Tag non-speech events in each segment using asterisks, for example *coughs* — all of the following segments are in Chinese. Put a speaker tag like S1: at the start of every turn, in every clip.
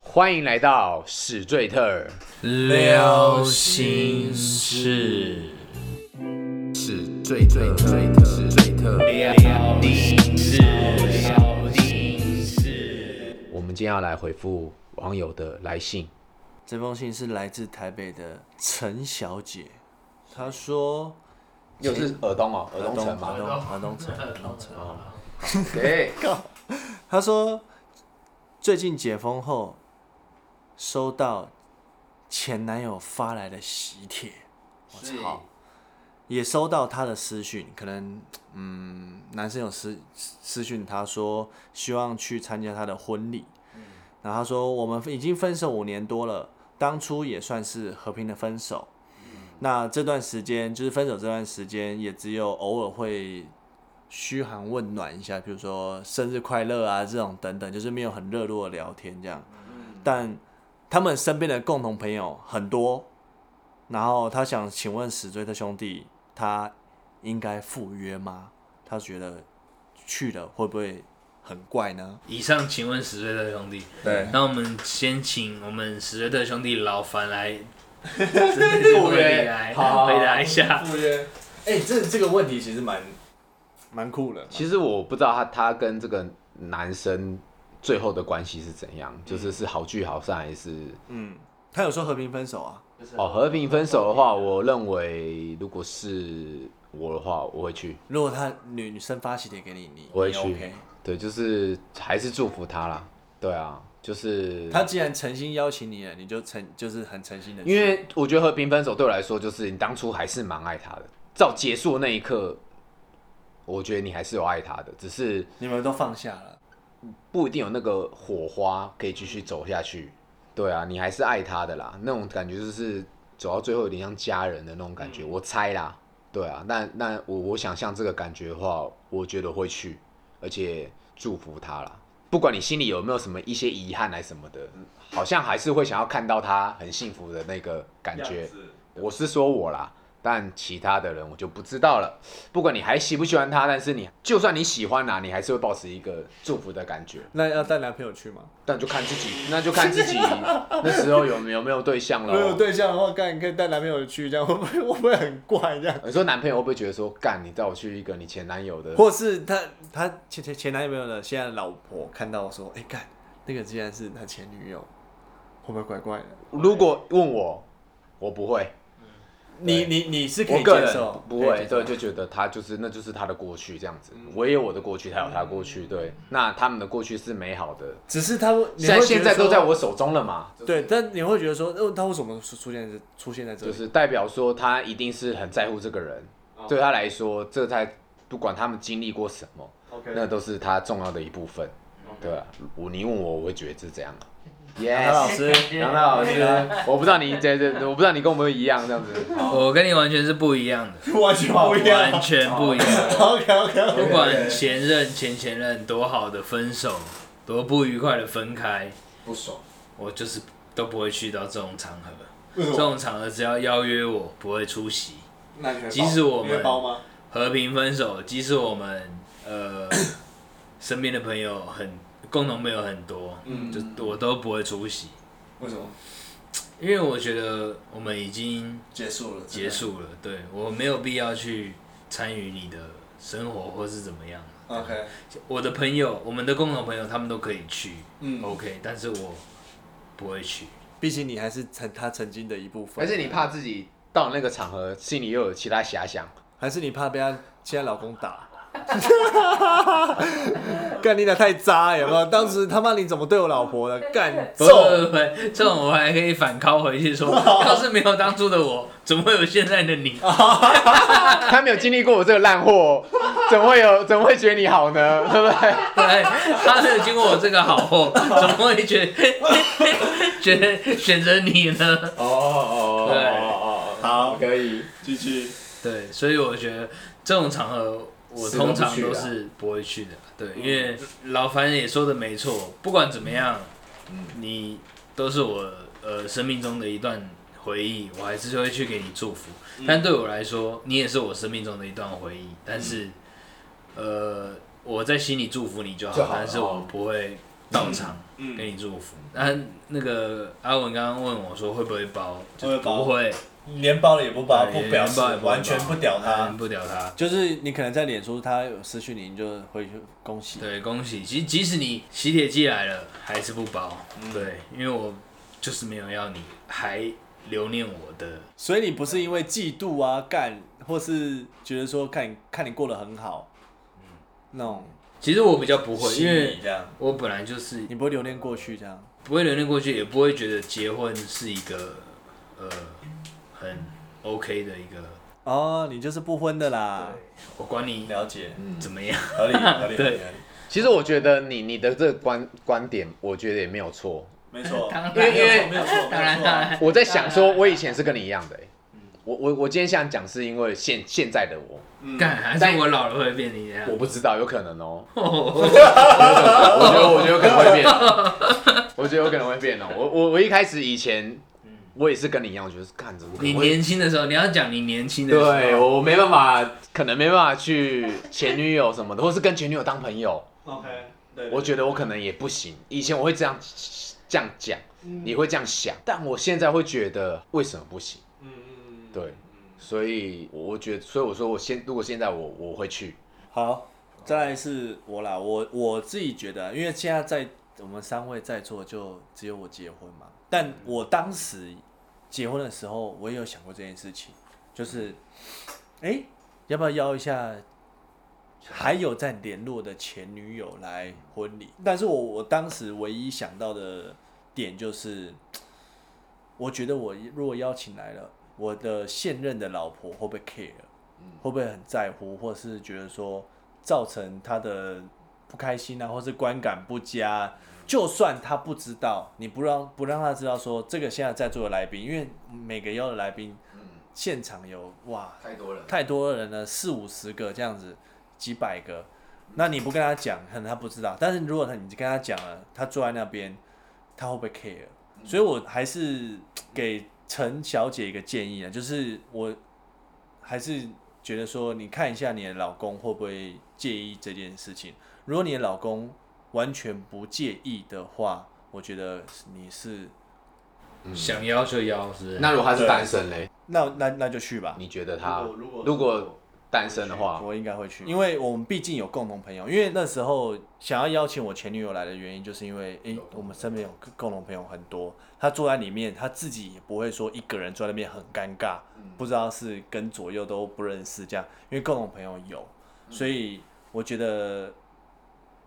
S1: 欢迎来到史最特尔。
S2: 聊心事，
S1: 史最最最特史最特聊心事，聊心事。我们今天要来回复网友的来信。
S2: 这封信是来自台北的陈小姐，她说
S1: 又是耳东哦，耳东城哦
S2: 华
S1: 吗？
S2: 东华东城，华东城。
S1: 对，
S2: 她说最近解封后，收到前男友发来的喜帖，我操！也收到他的私讯，可能嗯，男生有私私讯他说希望去参加他的婚礼，然后他说我们已经分手五年多了，当初也算是和平的分手。那这段时间就是分手这段时间，也只有偶尔会嘘寒问暖一下，比如说生日快乐啊这种等等，就是没有很热络的聊天这样。但他们身边的共同朋友很多，然后他想请问史追特兄弟，他应该赴约吗？他觉得去了会不会很怪呢？
S3: 以上请问史瑞特兄弟，
S1: 哎
S2: 对，
S3: 那我们先请我们史瑞特兄弟老樊来
S1: 赴约
S3: 来
S1: 好好好
S3: *laughs* 回答一下。
S2: 赴约，哎、这这个问题其实蛮蛮酷的。
S1: 其实我不知道他他跟这个男生最后的关系是怎样，就是是好聚好散还是？
S2: 嗯，他有说和平分手啊，
S1: 哦，和平分手的话，我认为如果是我的话，我会去，
S2: 如果他女女生发喜帖给你，你
S1: 我会
S2: 你
S1: 去。
S2: OK。
S1: 对，就是还是祝福他啦。对啊，就是
S2: 他既然诚心邀请你了，你就诚就是很诚心的，
S1: 因为我觉得和平分手对我来说，就是你当初还是蛮爱他的，到结束那一刻，我觉得你还是有爱他的，只是
S2: 你们都放下了。
S1: 不一定有那个火花可以继续走下去。对啊，你还是爱他的啦，那种感觉就是走到最后有点像家人的那种感觉，我猜啦。对啊，那那我我想象这个感觉的话，我觉得会去，而且祝福他啦。不管你心里有没有什么一些遗憾还是什么的，好像还是会想要看到他很幸福的那个感觉。我是说我啦，但其他的人我就不知道了。不管你还喜不喜欢他，但是你就算你喜欢啦、你还是会保持一个祝福的感觉。
S2: 那要带男朋友去吗？
S1: 但就看自己，那就看自
S2: *laughs*
S1: 己那时候有没有没有对象
S2: 如果有
S1: 了。
S2: 对象的话，干你可以带男朋友去，这样会不会会不会很怪这样？
S1: 你说男朋友会不会觉得说，干你带我去一个你前男友的？
S2: 或是他他前前前男友的现在的老婆看到说，哎、干那个竟然是他前女友，会不会怪怪的？
S1: 如果问我，我不会，
S2: 你你你是可
S1: 我
S2: 以
S1: 个
S2: 接
S1: 人
S2: 受，
S1: 不
S2: 可以
S1: 会，
S2: 接受
S1: 对，
S2: 嗯
S1: 就觉得他就是那就是他的过去这样子，我也有我的过去，他有他的过去，对，那他们的过去是美好的，
S2: 只是他会嗯你
S1: 现在
S2: 会
S1: 现
S2: 觉
S1: 在
S2: 得
S1: 都
S2: 说
S1: 在我手中了嘛，
S2: 对，但你会觉得说，哦，他为什么出出现在这出现在这
S1: 就
S2: 里？
S1: 是代表说他一定是很在乎这个人，
S2: 哦
S1: 对他来说，这才不管他们经历过什么，那都是他重要的一部分，对吧？我你问我，我会觉得是这样啊。
S2: 杨老
S1: Yes，
S2: 师，
S1: 杨大老师，
S3: *laughs*
S1: 我不知道你这这，我不知道你跟我们一样这样子。
S3: 我跟你完全是不一样的，
S2: 完全不一样
S3: 完全不一样。
S2: *laughs* OK OK
S3: 不管前任、前前任多好的分手，多不愉快的分开，
S2: 不爽，
S3: 我就是都不会去到这种场合。这种场合只要邀约我，不会出席。
S2: 那你会包
S3: 即使我们
S2: 你会包吗？
S3: 和平分手，即使我们呃 *coughs* 身边的朋友很共同朋友很多，
S2: 嗯
S3: 就我都不会出席，
S2: 为什么？
S3: 因为我觉得我们已经
S2: 结束了，
S3: 结束了，对我没有必要去参与你的生活或是怎么样。
S2: 真的。OK，
S3: 我的朋友，我们的共同朋友，他们都可以去、
S2: 嗯，
S3: o k 但是我不会去。
S2: 毕竟你还是曾他曾经的一部分，
S1: 还是你怕自己到那个场合，心里又有其他遐想？
S2: 还是你怕被他现在老公打？ *laughs* 干你俩太渣有没有？当时他妈你怎么对我老婆的？干
S3: 不
S2: 揍
S3: 不！不不，这种 *laughs* 我还可以反拷回去说，要是没有当初的我，怎么会有现在的你？
S1: 他没有经历过我这个烂货，怎么会有怎么会觉得你好呢？ *laughs* 对不对？
S3: 对，他没有经过我这个好货，怎么会觉得 *laughs* 觉得选择你呢？
S1: 哦哦
S2: 哦好，
S1: 可以。
S2: 继续。
S3: 对，所以我觉得这种场合，我通常都
S4: 啊
S3: 是不会去的。对，
S4: 嗯
S3: 因为老樊也说的没错，不管怎么样，
S4: 嗯
S3: 你都是我呃生命中的一段回忆，我还是会去给你祝福。
S4: 嗯
S3: 但对我来说，你也是我生命中的一段回
S4: 嗯
S3: 忆，但是呃，我在心里祝福你就好，
S1: 就好了
S3: 但是我不会到场
S4: 哦嗯
S3: 给你祝福。那、那个阿文刚刚问我说会不会包，就
S4: 会不会包哎
S3: 不会，
S4: 连包了也不包，
S3: 对
S4: 不
S3: 也
S4: 表
S3: 连
S4: 示
S3: 包也，不会
S4: 完全
S3: 包
S4: 不屌他
S3: 嗯。不屌他。
S2: 就是你可能在脸书他有私讯你，你就回去恭喜。
S3: 对，恭喜！即即使你喜帖寄来了，还是不包。
S1: 嗯
S3: 对，因为我就是没有要你还留念我的。
S2: 所以你不是因为嫉妒啊干，或是觉得说看看你过得很好，
S4: 嗯
S2: 那种
S3: 其实我比较不会，
S4: 心
S3: 因
S4: 理
S3: 为
S4: 这样，
S3: 我本来就是
S2: 你不会留恋过去这样。
S3: 不会留恋过去，也不会觉得结婚是一个呃很 OK 的一个。
S2: 哦，你就是不婚的啦。
S3: 我管你
S4: 了解，
S3: 怎么样，
S4: 合理
S3: *laughs*
S4: 合理，合理
S3: 嗯对
S1: 其实我觉得你你的这个观观点，我觉得也没有错。
S4: 没错，
S3: 当然
S4: 没有错
S1: 因为
S4: 没有错，
S3: 当然
S4: 没有错
S3: 当然
S1: 我在想说，我以前是跟你一样的、欸，我我我今天想讲是因为现现在的我，
S4: 嗯
S3: 干还
S1: 但
S3: 是我老了会变你这样
S1: 我。不知道，有可能
S3: *laughs*
S1: 哦、
S3: 哦
S1: 我觉得我觉得有可能会变，我觉得有可能会变哦、我我我一开始以前，我也是跟你一样，我觉得干怎么可
S3: 你
S1: 能会？
S3: 年轻的时候，你要讲你年轻的时候。
S1: 对我没办法，可能没办法去前女友什么的，或是跟前女友当朋友，
S4: ，OK，对，
S1: 我觉得我可能也不行。以前我会这样这样讲，也会这样想，但我现在会觉得为什么不行？
S4: 嗯嗯，嗯
S1: 对，所以我觉得，所以我说我现如果现在我我会去，
S4: 嗯
S2: 好，再来是我啦，我我自己觉得，因为现在在我们三位在座就只有我结婚嘛，但我当时结婚的时候，我也有想过这件事情，就是，哎、要不要邀一下还有在联络的前女友来婚礼？但是我我当时唯一想到的点就是，我觉得我如果邀请来了，我的现任的老婆会不会 care？会不会很在乎，或是觉得说造成他的不开心啊，或是观感不佳？就算他不知道，你不让不让他知道说这个现在在座的来宾，因为每个邀的来宾现场有哇
S1: 太多人，
S2: 太多人了，四五十个这样子，几百个。那你不跟他讲，可能他不知道。但是如果他你跟他讲了，他坐在那边，他会不会 care？所以我还是给陈小姐一个建议啊，就是我还是觉得说，你看一下你的老公会不会介意这件事情。如果你的老公完全不介意的话，我觉得你是
S3: 想邀就邀，是不是？
S1: 嗯那如果他是单身嘞，
S2: 那那那就去吧。
S1: 你觉得他
S4: 如果如果
S1: 如果单身的话，
S2: 我应该会去，因为我们毕竟有共同朋友。因为那时候想要邀请我前女友来的原因，就是因为诶、我们身边有共同朋友很多，她坐在里面，她自己也不会说一个人坐在那边很尴尬，不知道是跟左右都不认识这样。因为共同朋友有，所以我觉得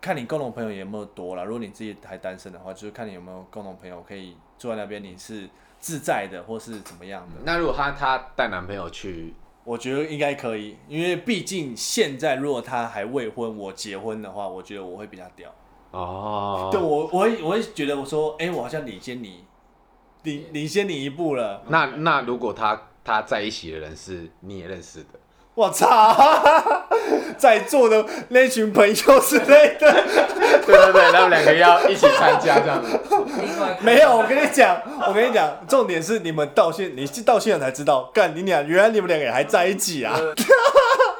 S2: 看你共同朋友有没有多啦。如果你自己还单身的话，就是看你有没有共同朋友可以坐在那边，你是自在的或是怎么样的。
S1: 那如果她她带男朋友去，
S2: 我觉得应该可以，因为毕竟现在如果他还未婚，我结婚的话，我觉得我会比较屌。
S1: 哦，
S2: 对我，我会我会觉得我说，哎、我好像领先你，领领先你一步了。
S1: 那那如果他他在一起的人是你也认识的，
S2: 我操， *laughs* 在座的那群朋友之类的，
S1: *laughs* 对对对，他们两个要一起参加这样子。
S2: 没有。我跟你讲，我跟你讲，重点是你们到现，你是到现在才知道，干你俩，原来你们两个也还在一起啊！
S1: 呃
S2: *laughs*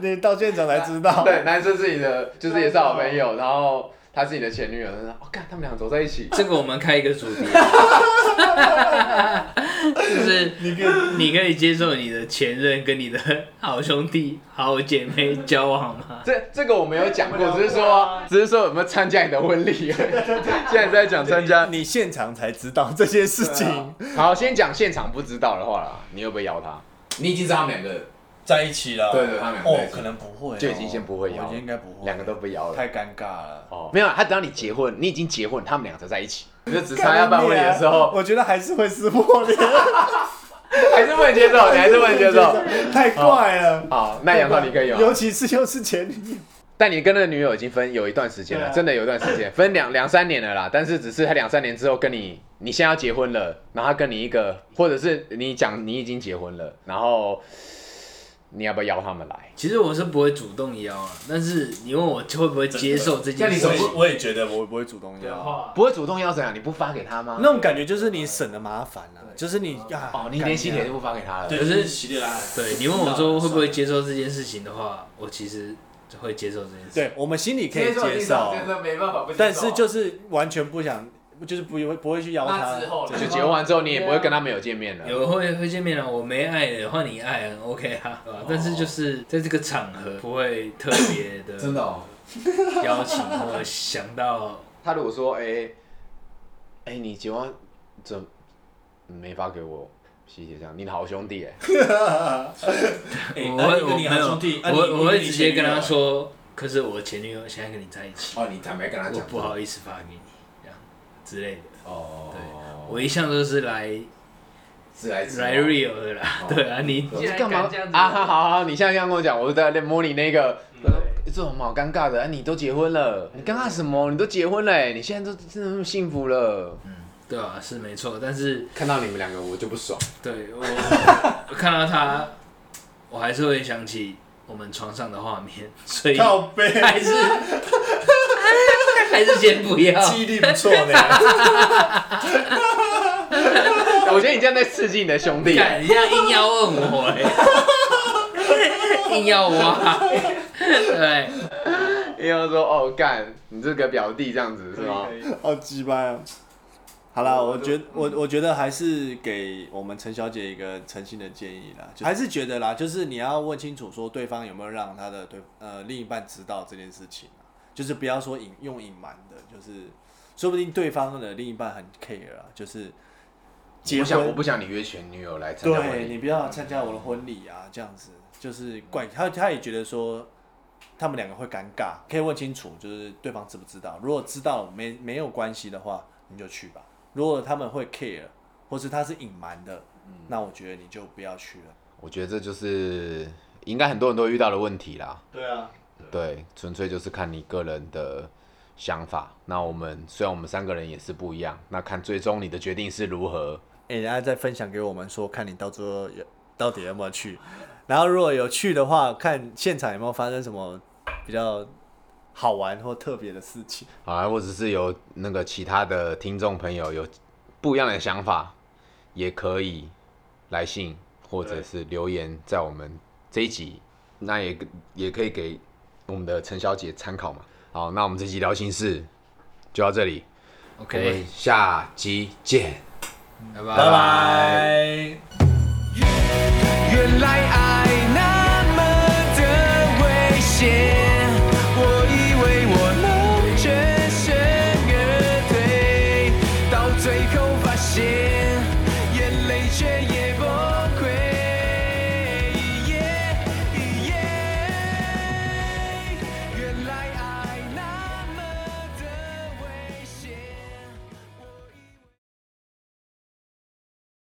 S2: 你到现场才知道，
S1: *laughs* 对，男生是你的，就是也是好朋友，然后他是你的前女友，然后哦，干，他们俩走在一起，
S3: 这个我们开一个主题，就是你可以你可以接受你的前任跟你的好兄弟、好姐妹交往吗？
S1: 这这啊个我没有讲过，只是说只是说有没有参加你的婚 *laughs* 礼而已，现在在讲 *laughs* 参加。啊
S2: 你现场才知道这些事情。
S1: 好，先讲现场不知道的话啦，你会不会邀他？你已经知道他们两个
S2: 在一起了。
S1: 对对他们两个在一
S2: 哦，
S1: 起
S2: 可能不会哦、
S1: 就已经先不会
S2: 我
S1: 邀
S2: 觉得应该不会，
S1: 两个都不邀了。
S2: 太尴尬了。
S1: 哦，没有，他只要你结婚，你已经结婚，他们两个才在一起，你就只
S2: 参
S1: 差要办婚礼的时候，
S2: 我觉得还是会撕破脸，
S1: 还是不能 *laughs* 接受，你啊还是不能接受。
S2: 太怪了。
S1: 好，哦那杨浩你可以哦
S2: 尤
S1: 有，
S2: 其是又是前女友，
S1: 但你跟那个女友已经分有一段时间了，
S4: 对啊
S1: 真的有一段时间，分两两三年了啦。但是只是他两三年之后跟你，你现在要结婚了，然后他跟你一个，或者是你讲你已经结婚了，然后你要不要邀他们来？
S3: 其实我是不会主动邀啊，但是你问我会不会接受这件事
S4: 那你
S3: 情
S4: 怎，么
S2: 我也觉得我不会主动要，
S4: 话，
S1: 不会主动邀怎样？你不发给他吗？
S2: 那种感觉就是你省了麻烦了、就是你啊，
S1: 哦，你
S2: 干啊
S1: 连喜帖都不发给他了。
S4: 对，
S3: 可
S4: 就是是洗脸啦，
S3: 对你问我说会不会接受这件事情的话，我其实会接受这件事。
S2: 对，我们心里可以
S5: 接
S2: 接受，
S5: 真的没办法不接受啊。
S2: 但是就是完全不想，就是不会不会去邀他
S5: 那之。后
S1: 就
S5: 呢
S1: 结婚完之后，你也不会跟他们有见面了。
S3: 有会会见面了，我没爱的换你爱很，OK 啊，对吧？但是就是在这个场合不会特别的
S1: 的哦。
S3: 邀请或想到，
S1: 他如果说，哎、哎、你结婚怎没发给我喜帖这样？你的好兄弟哎、
S4: 哎
S3: 我
S4: 那
S3: 会
S4: 你
S3: 我
S4: 跟你
S3: 没
S4: 好
S3: 有，
S4: 兄弟，啊你
S3: 我我会
S4: 你
S3: 直接跟他
S4: 前女友
S3: 说，可是我前女友现在跟你在一起，
S1: 哦，你坦白跟他
S3: 我不好意思发给你，这样之类的。
S1: 哦，
S3: 对我一向都是来
S1: 自哦来
S3: 来 real 的啦，
S4: 哦
S3: 对
S4: 嗯
S3: 啊，你
S1: 我
S3: 既
S1: 是
S3: 然
S1: 干嘛
S3: 敢这样子
S1: 啊？好好好，你现在这样跟我讲，我在摸你那个，这种好尴尬的。哎，你都结婚了，你尴尬什么？你都结婚了，哎你现在都真的那么幸福了。
S3: 对啊，是没错，但是
S1: 嗯看到你们两个，我就不爽。
S3: 对
S4: *laughs*
S3: 我我看到他，我还是会想起我们床上的画面， *laughs* 所以
S4: 靠背，
S3: 还是还是先不
S4: *laughs*
S3: 要。
S4: 记忆力不错呢。
S1: 我觉得你这样在刺激你的兄弟。啊
S3: 干，你这样硬要问我、
S4: *laughs*
S3: 欸，硬要挖，对，
S1: 因为说哦，干，你这个表弟这样子是
S4: 哦
S1: 吗？
S2: *laughs* 好鸡巴啊！好啦，我觉我我觉得还是给我们陈小姐一个诚信的建议啦，就还是觉得啦，就是你要问清楚说对方有没有让他的对呃另一半知道这件事情啊，就是不要说隐用隐瞒的，就是说不定对方的另一半很 care 啊，就是结
S1: 我想我
S2: 婚
S1: 不想你约前女友来参加婚
S2: 对
S1: 礼。
S2: 你不要参加我的婚礼啊，这样子就是怪他，他也觉得说他们两个会尴尬，可以问清楚，就是对方知不知道。如果知道没没有关系的话，你就去吧。如果他们会 care，或是他是隐瞒的，
S1: 嗯
S2: 那我觉得你就不要去了。
S1: 我觉得这就是应该很多人都会遇到的问题啦。
S4: 对啊，
S1: 对，纯粹就是看你个人的想法。那我们虽然我们三个人也是不一样，那看最终你的决定是如何。
S2: 哎、欸，然后再分享给我们说，看你到最后有到底有没有去。然后如果有去的话，看现场有没有发生什么比较好玩或特别的事情。
S1: 好啦，或者是有那个其他的听众朋友有不一样的想法，也可以来信或者是留言在我们这一集，那也也可以给我们的陈小姐参考嘛。好，那我们这集聊心事就到这里我们
S3: OK，
S1: 下集见。
S3: 拜拜
S2: 拜拜。
S1: 原来爱。